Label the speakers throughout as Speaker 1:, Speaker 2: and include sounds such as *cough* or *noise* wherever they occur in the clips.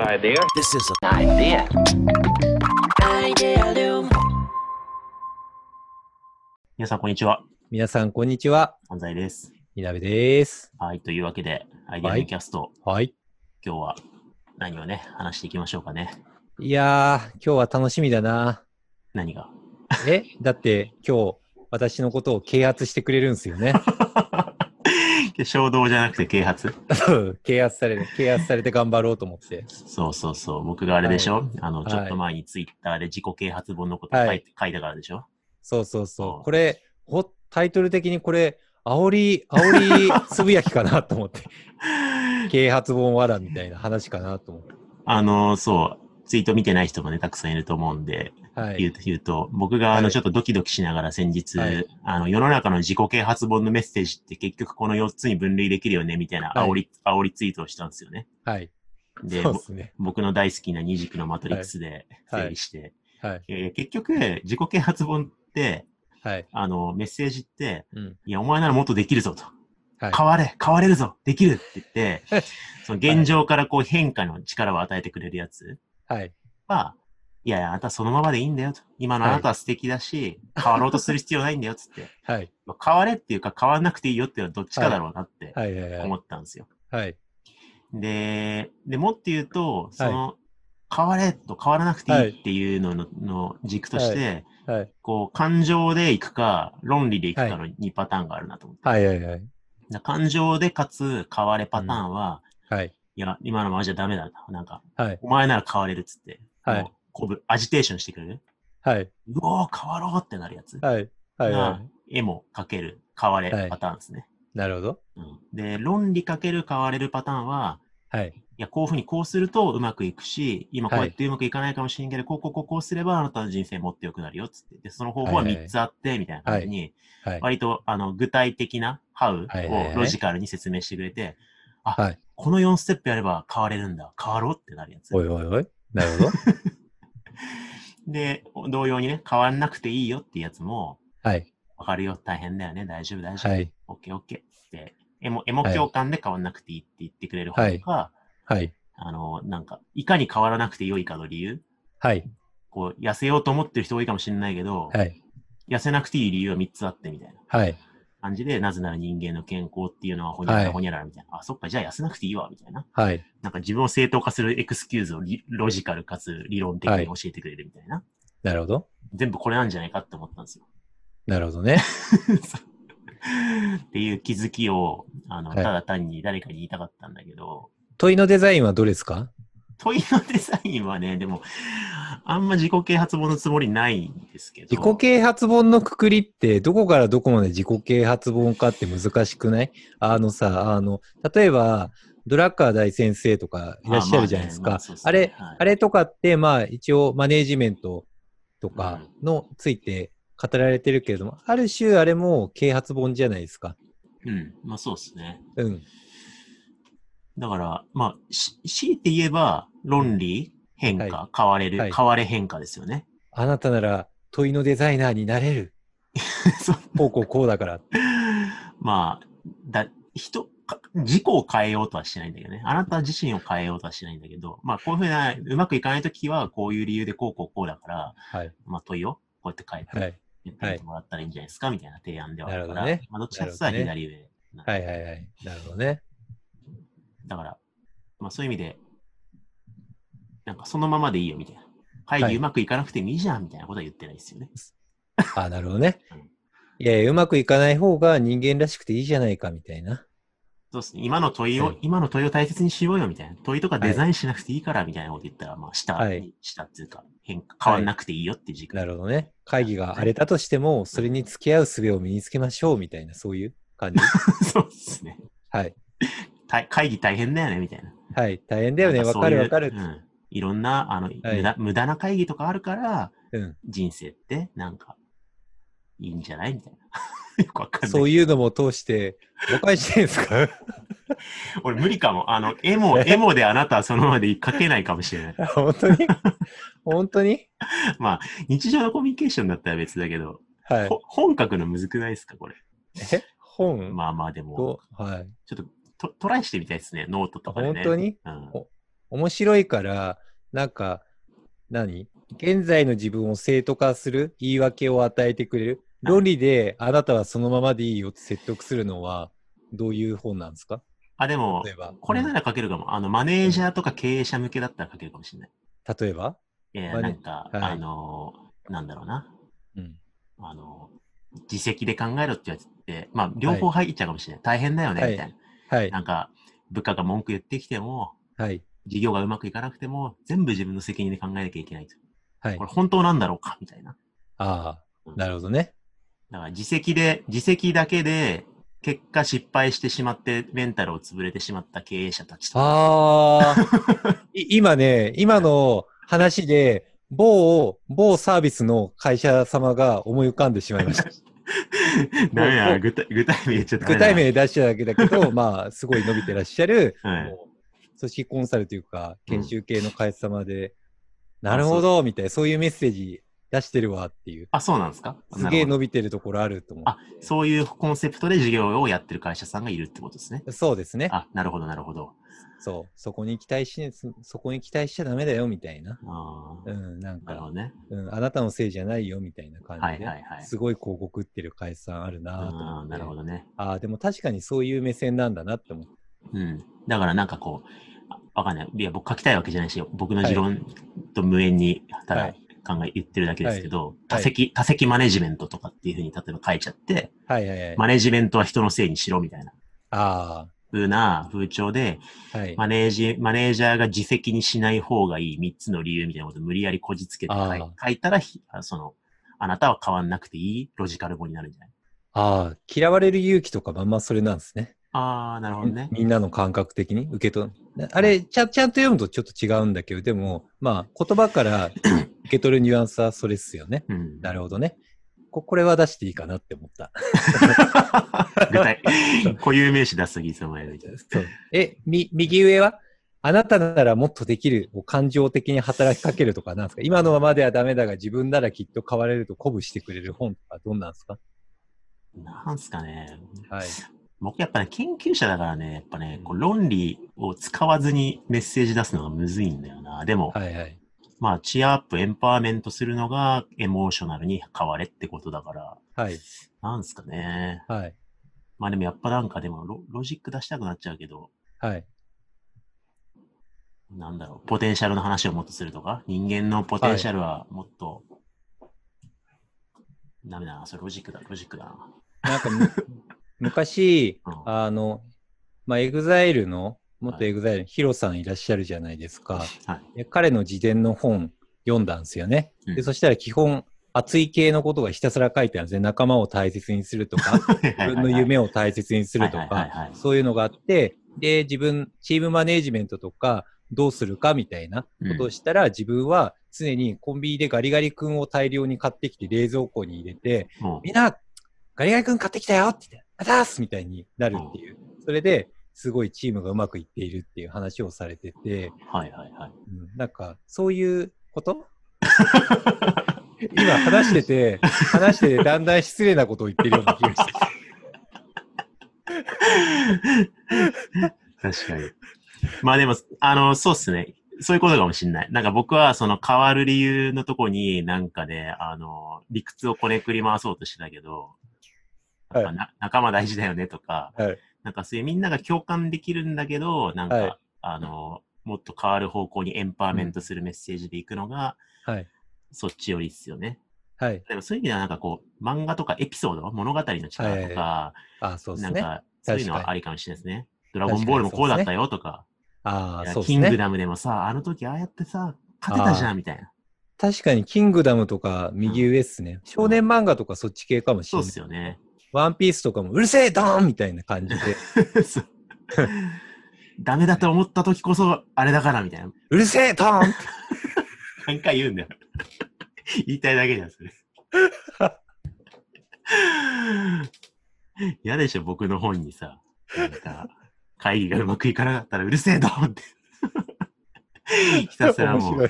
Speaker 1: idea.
Speaker 2: This is a
Speaker 1: Idea.
Speaker 3: 皆さん、こんにちは。
Speaker 4: 皆さん、こんにちは。
Speaker 3: 安西です。
Speaker 4: みなべです。
Speaker 3: はい。というわけで、アイデア
Speaker 4: は
Speaker 3: の
Speaker 4: い
Speaker 3: キャスト、
Speaker 4: はい。
Speaker 3: 今日は何をね、話していきましょうかね。
Speaker 4: いやー、今日は楽しみだな。 *laughs*
Speaker 3: 何が *laughs*
Speaker 4: え、だって今日、私のことを啓発してくれるんですよね。 *laughs*
Speaker 3: 衝動じゃなくて啓発。
Speaker 4: そう啓発される。啓発されて頑張ろうと思って。
Speaker 3: そうそうそう。僕があれでしょ、あの、
Speaker 4: はい
Speaker 3: ちょっと前にツイッターで自己啓発本のことを書い,、
Speaker 4: はい
Speaker 3: 書いたからでしょ
Speaker 4: そうそう
Speaker 3: う
Speaker 4: そ
Speaker 3: ん
Speaker 4: う。これ、ほタイトル的にこれ、煽り、煽
Speaker 3: *laughs*
Speaker 4: りつぶやきかなと思って。啓発本わらみたいな話かなと思って。
Speaker 3: あの、そう。ツイート見てない人もね、たくさんいると思うんで、
Speaker 4: はい。
Speaker 3: 言うと、言うと、僕があの、
Speaker 4: はい
Speaker 3: ちょっとドキドキしながら先日、
Speaker 4: はい
Speaker 3: あの、世の中の自己啓発本のメッセージって結局この4つに分類できるよね、みたいな煽り、煽りツイートをしたんですよね。
Speaker 4: はい。
Speaker 3: で、
Speaker 4: そうですね。
Speaker 3: 僕の大好きな二軸のマトリックスで
Speaker 4: はい
Speaker 3: 整理して、
Speaker 4: はい。
Speaker 3: えー結局、自己啓発本って、
Speaker 4: はい。
Speaker 3: あの、メッセージって、
Speaker 4: うん。
Speaker 3: いや、お前ならもっとできるぞと。
Speaker 4: はい。、
Speaker 3: 変われ、変われるぞ、できるって言ってその現状からこう変化の力を与えてくれるやつ
Speaker 4: はい。
Speaker 3: は、いやいや、あなたそのままでいいんだよと。今のあなたは素敵だし、変わろうとする必要ないんだよっつ
Speaker 4: *laughs*
Speaker 3: って。
Speaker 4: はい。
Speaker 3: まあ変われっていうか変わんなくていいよっていうのはどっちかだろうなって
Speaker 4: はい。はい。はい
Speaker 3: 思ったんですよ。
Speaker 4: はい。
Speaker 3: で、でもっと言うと、その、変われと変わらなくていいっていうのの,、の軸として、
Speaker 4: はい。
Speaker 3: こう、感情でいくか、論理でいくかの2パターンがあるなと思って。
Speaker 4: はい。はい。はい。
Speaker 3: だから感情でかつ変われパターンは、
Speaker 4: はい。
Speaker 3: いや、今のままじゃダメだな。なんか、
Speaker 4: はい。
Speaker 3: お前なら変われるっつって、
Speaker 4: はい
Speaker 3: もうこぶ、アジテーションしてくれる。
Speaker 4: はい。
Speaker 3: うおー、変わろうってなるやつ。
Speaker 4: はい。はい。は
Speaker 3: が、絵も描ける、変われ
Speaker 4: はい
Speaker 3: パターンですね。
Speaker 4: い。なるほど。
Speaker 3: うん、で、論理かける変われるパターンは、
Speaker 4: はい。
Speaker 3: いや、こういうふうにこうするとうまくいくし、今こうやってうまくいかないかもしれんけど、こうこうこうこうすればあなたの人生もっと良くなるよっつって。で、その方法は
Speaker 4: はいはい
Speaker 3: 3つあって、みたいな感じに、
Speaker 4: はい。
Speaker 3: 割とあの具体的な How
Speaker 4: はいはいは
Speaker 3: を
Speaker 4: い
Speaker 3: ロジカルに説明してくれて、
Speaker 4: は
Speaker 3: あ
Speaker 4: い、
Speaker 3: この4ステップやれば変われるんだ。変わろうってなるやつ。
Speaker 4: おいおいおい。なるほど。
Speaker 3: で、同様にね、変わんなくていいよってやつも、
Speaker 4: はい。
Speaker 3: わかるよ、大変だよね、大丈夫、大丈夫、
Speaker 4: はい。
Speaker 3: オッケーオッケーって、絵も、絵も
Speaker 4: はい
Speaker 3: 共感で変わんなくていいって言ってくれる方
Speaker 4: はい
Speaker 3: が、
Speaker 4: はい。
Speaker 3: あの、なんか、いかに変わらなくて良いかの理由
Speaker 4: はい。
Speaker 3: こう、痩せようと思ってる人多いかもしれないけど、
Speaker 4: はい。
Speaker 3: 痩せなくていい理由は3つあってみたいな
Speaker 4: はい。
Speaker 3: 感じで、なぜなら人間の健康っていうのはほにゃら
Speaker 4: は
Speaker 3: ら
Speaker 4: い
Speaker 3: ほにゃららみたいな、あ、そっか、じゃあ痩せなくていいわ、みたいな。
Speaker 4: はい。
Speaker 3: なんか自分を正当化するエクスキューズをリロジカルかつ理論的に教えてくれるみたいな。
Speaker 4: なるほど。
Speaker 3: 全部これなんじゃないかって思ったんですよ。 *laughs*
Speaker 4: なるほどね。
Speaker 3: っていう気づきを、あの、
Speaker 4: はい
Speaker 3: ただ単に誰かに言いたかったんだけど、
Speaker 4: 問いのデザインはどれですか
Speaker 3: 問いのデザインはね、でも、あんま自己啓発本のつもりないんですけど。
Speaker 4: 自己啓発本のくくりって、どこからどこまで自己啓発本かって難しくないあのさ、あの、例えば、ドラッカー大先生とかいらっしゃるじゃないです
Speaker 3: まあまあねま
Speaker 4: か
Speaker 3: あそうっ。すね
Speaker 4: あれ
Speaker 3: はい、
Speaker 4: あれとかって、まあ一応マネージメントとかのついて語られてるけれども、ある種あれも啓発本じゃないですか。
Speaker 3: うん、まあそうですね。
Speaker 4: うん。
Speaker 3: だから、まあ、し強いて言えば、論理、変化、
Speaker 4: は
Speaker 3: 変われる、
Speaker 4: はい
Speaker 3: 変われ変化ですよね。 *laughs*
Speaker 4: あなたなら問いのデザイナーになれる。
Speaker 3: そう
Speaker 4: こうこうこうだから。
Speaker 3: まあ、だ、人、か自己を変えようとはしてないんだけどね。あなた自身を変えようとはしてないんだけど、まあ、こういうふうな、うまくいかないときは、こういう理由でこうこうこうだから、
Speaker 4: はい。
Speaker 3: まあ、問いを、こうやって変えて、
Speaker 4: はい。
Speaker 3: やってもらったらいいんじゃないですか、みたいな提案ではあるか
Speaker 4: な
Speaker 3: ら、
Speaker 4: るほどね
Speaker 3: まあ、どっちかっていうと左上なんで、
Speaker 4: はいはいはい。なるほどね。
Speaker 3: だから、まあ、そういう意味で、なんかそのままでいいよ、みたいな。会
Speaker 4: は
Speaker 3: 議
Speaker 4: いう
Speaker 3: まくいかなくてもいいじゃん、みたいなことは言ってないですよね。
Speaker 4: あ、なるほどね
Speaker 3: うん。
Speaker 4: いやいや、うまくいかない方が人間らしくていいじゃないかみたいな。
Speaker 3: そうですね。今の問いを、
Speaker 4: はい
Speaker 3: 今の問いを大切にしようよ、みたいな。問いとかデザインしなくていいから、みたいなこと言ったら、まあ、下、
Speaker 4: はい
Speaker 3: 下っていうか、変化、変わんなくていいよっていう時間。
Speaker 4: なるほどね。会議が荒れたとしても、それに付き合う術を身につけましょうみたいな、そういう感じ。
Speaker 3: *laughs* そうですね。
Speaker 4: はい。
Speaker 3: た会議大変だよね、みたいな。
Speaker 4: はい。大変だよね。
Speaker 3: なん
Speaker 4: わ
Speaker 3: そう
Speaker 4: か
Speaker 3: いう
Speaker 4: るわかる
Speaker 3: う。ん。いろんな、あの、無駄、無駄な会議とかあるから、
Speaker 4: うん。
Speaker 3: 人生って、なんか、いいんじゃないみたいな。 *laughs* よくわかんない。
Speaker 4: *laughs* そういうのも通して、誤解してんす
Speaker 3: *laughs*
Speaker 4: か
Speaker 3: 俺無理かも。あの、エ
Speaker 4: *laughs*
Speaker 3: モ、エモであなたはそのままで書けないかもしれない。
Speaker 4: 本当に本当に
Speaker 3: 日常のコミュニケーションだったら別だけど、
Speaker 4: はい
Speaker 3: ほ。本書くのむずくないですかこれ。
Speaker 4: え本
Speaker 3: まあまあでも、
Speaker 4: とはい。
Speaker 3: ちょっとトトライしてみたいですね、ノートとかでね。
Speaker 4: 本当に
Speaker 3: うん
Speaker 4: 面白いから、なんか、何現在の自分を正当化する言い訳を与えてくれる
Speaker 3: はい
Speaker 4: 論理で、あなたはそのままでいいよって説得するのは、どういう本なんですか
Speaker 3: あ、でも
Speaker 4: 例、えば。
Speaker 3: これな
Speaker 4: うん
Speaker 3: ら書けるかも。あの、マネージャーとか経営者向けだったら書けるかもしれない。
Speaker 4: 例えば、
Speaker 3: いやいや
Speaker 4: マネ
Speaker 3: なんか、
Speaker 4: はい
Speaker 3: あのー、なんだろうな。
Speaker 4: うん、
Speaker 3: あのー、自責で考えろってやつって、まあ、両方入っちゃうかもしれない。大変だよね、
Speaker 4: はい
Speaker 3: みたいな。
Speaker 4: はい
Speaker 3: な。んか、部下が文句言ってきても、
Speaker 4: はい。
Speaker 3: 事業がうまくいかなくても、全部自分の責任で考えなきゃいけないと。
Speaker 4: はい
Speaker 3: これ。本当なんだろうかみたいな。
Speaker 4: ああ、なるほどね。
Speaker 3: だから自責で、自責だけで、結果失敗してしまって、メンタルを潰れてしまった経営者たちとか。
Speaker 4: ああ、い今ね、今の話で、某、某サービスの会社様が思い浮かんでしまいました。
Speaker 3: *laughs* ダメだ
Speaker 4: も
Speaker 3: な、
Speaker 4: う
Speaker 3: 具体具体名言っちゃった。
Speaker 4: 具体名出しただけだけど、まあ、すごい伸びてらっしゃる、
Speaker 3: はい
Speaker 4: もう組織コンサルというか、
Speaker 3: うん
Speaker 4: 研修系の会社様で、なるほど、みたいな、そういうメッセージ出してるわっていう、
Speaker 3: あ、そうなんですか
Speaker 4: すげ
Speaker 3: な
Speaker 4: え
Speaker 3: るほ
Speaker 4: 伸びてるところあると思
Speaker 3: あどそういうコンセプトで事業をやってる会社さんがいるってことですね。
Speaker 4: う。そうですね。
Speaker 3: あ、なるほど、なるほど。
Speaker 4: そう。そこに期待し、そこに期待しちゃダメだよ、みたいな。
Speaker 3: あ
Speaker 4: う
Speaker 3: ー
Speaker 4: ん、なん
Speaker 3: なるほど
Speaker 4: か、
Speaker 3: ね。
Speaker 4: うん、あなたのせいじゃないよ、みたいな感じで。
Speaker 3: はいはいはい。
Speaker 4: すごい広告打ってる会社さんあるなぁと
Speaker 3: あ
Speaker 4: 思って
Speaker 3: なるほどね。
Speaker 4: ああ、でも確かにそういう目線なんだなって思って。
Speaker 3: うん。だからなんかこう、あわかんない。いや、僕書きたいわけじゃないし、僕の持論と無縁に、た
Speaker 4: は
Speaker 3: だ
Speaker 4: い
Speaker 3: 考え、言ってるだけですけど、多
Speaker 4: はい
Speaker 3: 席、多席マネジメントとかっていうふうに例えば書いちゃって、
Speaker 4: はいはいはい。
Speaker 3: マネジメントは人のせいにしろみたいな。
Speaker 4: あ
Speaker 3: 風な風潮で、
Speaker 4: あ、はい。
Speaker 3: マネージ、マネージャーが自責にしない方がいい3つの理由みたいなことを無理やりこじつけて書い
Speaker 4: あ
Speaker 3: 書いたら、ひあその、あなたは変わんなくていいロジカル語になるんじゃない
Speaker 4: ああ、嫌われる勇気とかまんまそれなんですね。
Speaker 3: ああ、なるほどね。
Speaker 4: みんなの感覚的に受け取る。あれ、ちゃちゃんと読むとちょっと違うんだけど、でも、まあ、言葉から
Speaker 3: *laughs*
Speaker 4: 受け取るニュアンスはそれっすよね。
Speaker 3: うん。
Speaker 4: なるほどね。ここれは出していいかなって思った。
Speaker 3: 具体、 *laughs* 固有名詞出すときいつもやるみたいな。
Speaker 4: *laughs* そうえ、み、右上はあなたならもっとできるを感情的に働きかけるとかなんですか今のままではダメだが自分ならきっと変われると鼓舞してくれる本とかどんなんですか
Speaker 3: なんすかね。
Speaker 4: はい。
Speaker 3: 僕やっぱね、研究者だからね、やっぱね、こう論理を使わずにメッセージ出すのがむずいんだよな。でも、
Speaker 4: はいはい。
Speaker 3: まあ、チアアップ、エンパワーメントするのがエモーショナルに変われってことだから、
Speaker 4: はい。
Speaker 3: なんすかね。
Speaker 4: はい。
Speaker 3: まあでもやっぱなんかでもロロジック出したくなっちゃうけど、
Speaker 4: はい。
Speaker 3: なんだろう、ポテンシャルの話をもっとするとか、人間のポテンシャルはもっと、ダメだな、それロジックだ、ロジックだな。
Speaker 4: なんかむ、 *laughs* 昔
Speaker 3: う、 *laughs* ん
Speaker 4: あの、まあ、エグザイルの、元
Speaker 3: はい
Speaker 4: エグザイルのヒロさんいらっしゃるじゃないですか。
Speaker 3: は
Speaker 4: で彼の自伝の本読んだんですよね。
Speaker 3: うん
Speaker 4: で、そしたら基本、熱い系のことがひたすら書いてあるんですね。仲間を大切にするとか、自分の夢を大切にすると
Speaker 3: はいはいはい
Speaker 4: か
Speaker 3: は、い
Speaker 4: そういうのがあって、で、自分、チームマネージメントとか、どうするかみたいなことをしたら、自分は常にコンビニでガリガリ君を大量に買ってきて、冷蔵庫に入れて、
Speaker 3: うんもう
Speaker 4: みんな、ガリガリ君買ってきたよって言って、あざーすみたいになるっていう。それで、すごいチームがうまくいっているっていう話をされてて、
Speaker 3: はいはいはい。
Speaker 4: うんなんか、そういうこと
Speaker 3: *laughs*
Speaker 4: 今話してて、話しててだんだん失礼なことを言ってるような気がして。
Speaker 3: 確かに。まあでも、あの、そうっすね。そういうことかもしんない。なんか僕はその変わる理由のとこになんかね、あの、理屈をこねくり回そうとしてたけど、
Speaker 4: はい
Speaker 3: やっぱな仲間大事だよねとか、
Speaker 4: はい
Speaker 3: なんかそういうみんなが共感できるんだけど、なんか、
Speaker 4: はい
Speaker 3: あの、もっと変わる方向にエンパワーメントするメッセージでいくのが、
Speaker 4: はい。
Speaker 3: そっちよりっすよね。
Speaker 4: はい。
Speaker 3: でもそういう意味ではなんかこう、漫画とかエピソード、物語の力とか、
Speaker 4: あ、そうで
Speaker 3: な
Speaker 4: す
Speaker 3: ん
Speaker 4: ね。
Speaker 3: か、そういうの
Speaker 4: 確
Speaker 3: は
Speaker 4: かに
Speaker 3: ありかもしれないですね。ドラゴンボールもこうだったよとか、
Speaker 4: あ
Speaker 3: い
Speaker 4: あ、
Speaker 3: や
Speaker 4: そうで
Speaker 3: キ
Speaker 4: す
Speaker 3: ング
Speaker 4: ね。
Speaker 3: ダムでもさ、あの時ああやってさ、勝てたじゃんみたいな。
Speaker 4: 確かに、キングダムとか右上っすね。少年漫画とかそっち系かもし
Speaker 3: そ
Speaker 4: れ
Speaker 3: うっ
Speaker 4: ない。
Speaker 3: すよね。
Speaker 4: ワンピースとかも、うるせえドーンみたいな感じ
Speaker 3: *laughs*
Speaker 4: で、
Speaker 3: そうダメだと思った時こそ、あれだからみたいな。
Speaker 4: うるせえドーンって
Speaker 3: 何回言うんだよ。言いたいだけじゃん、それ。嫌でしょ、僕の本にさ、なんか、会議がうまくいかなかったらうるせえだもんって。ひたすらもう、
Speaker 4: 面
Speaker 3: うん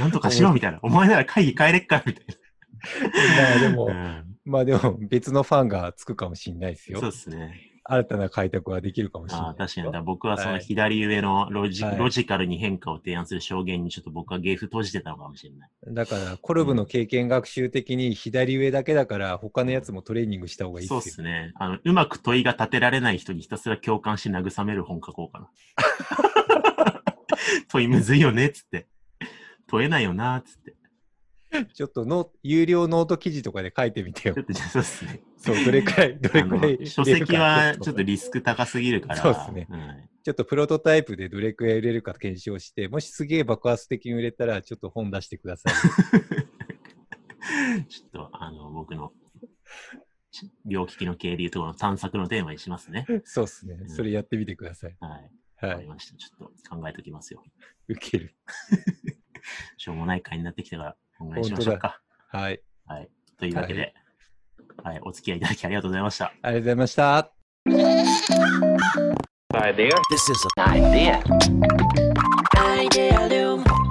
Speaker 3: なんとかしろみたいな。お前なら会議帰れっからみたい
Speaker 4: まあで
Speaker 3: な。
Speaker 4: も、
Speaker 3: うん
Speaker 4: まあでも別のファンがつくかもしれないですよ。
Speaker 3: そうっすね。
Speaker 4: 新たな開拓ができるかもしれない。
Speaker 3: あー確かに。だから僕はその
Speaker 4: はい
Speaker 3: 左上のロジ,、
Speaker 4: はい
Speaker 3: ロジカルに変化を提案する証言にちょっと僕はゲーフ閉じてたのかもしれない。
Speaker 4: だから、コルブの経験学習的に左上だけだから、他のやつもトレーニングした方がいい
Speaker 3: そうっ
Speaker 4: ですよ。
Speaker 3: すね。あの、うまく問いが立てられない人にひたすら共感し慰める本
Speaker 4: *laughs*
Speaker 3: 書こうか *laughs* な。問いむずいよね、つって。問えないよな、つって。
Speaker 4: ちょっとの、有料ノート記事とかで書いてみてよ
Speaker 3: ちょ。っとじゃあそうっすね。
Speaker 4: そう、どれくらい、どれくら
Speaker 3: あ
Speaker 4: い。
Speaker 3: の書籍はちょっと
Speaker 4: ちょ
Speaker 3: リスク高すぎるから。
Speaker 4: そうっすね
Speaker 3: はい
Speaker 4: っとプロトタイプでどれくらい売れるか検証して、もしすげえ爆発的に売れたら、ちょっと本出してく *laughs* ださい。
Speaker 3: ちょっと、あの、僕の、ち病気の経理とかの探索のテーマにしますね。
Speaker 4: そうっすね。それやってみてください。
Speaker 3: はい。
Speaker 4: は
Speaker 3: わかり
Speaker 4: い。
Speaker 3: ました。ちょっと考えときますよ。
Speaker 4: 受ける。
Speaker 3: しょうもない会になってきたから、お願いしましょうか。
Speaker 4: はい。
Speaker 3: はい。というわけで、はい、お付き合いいただきありがとうございました。
Speaker 4: ありがとうございました。
Speaker 1: Idealume.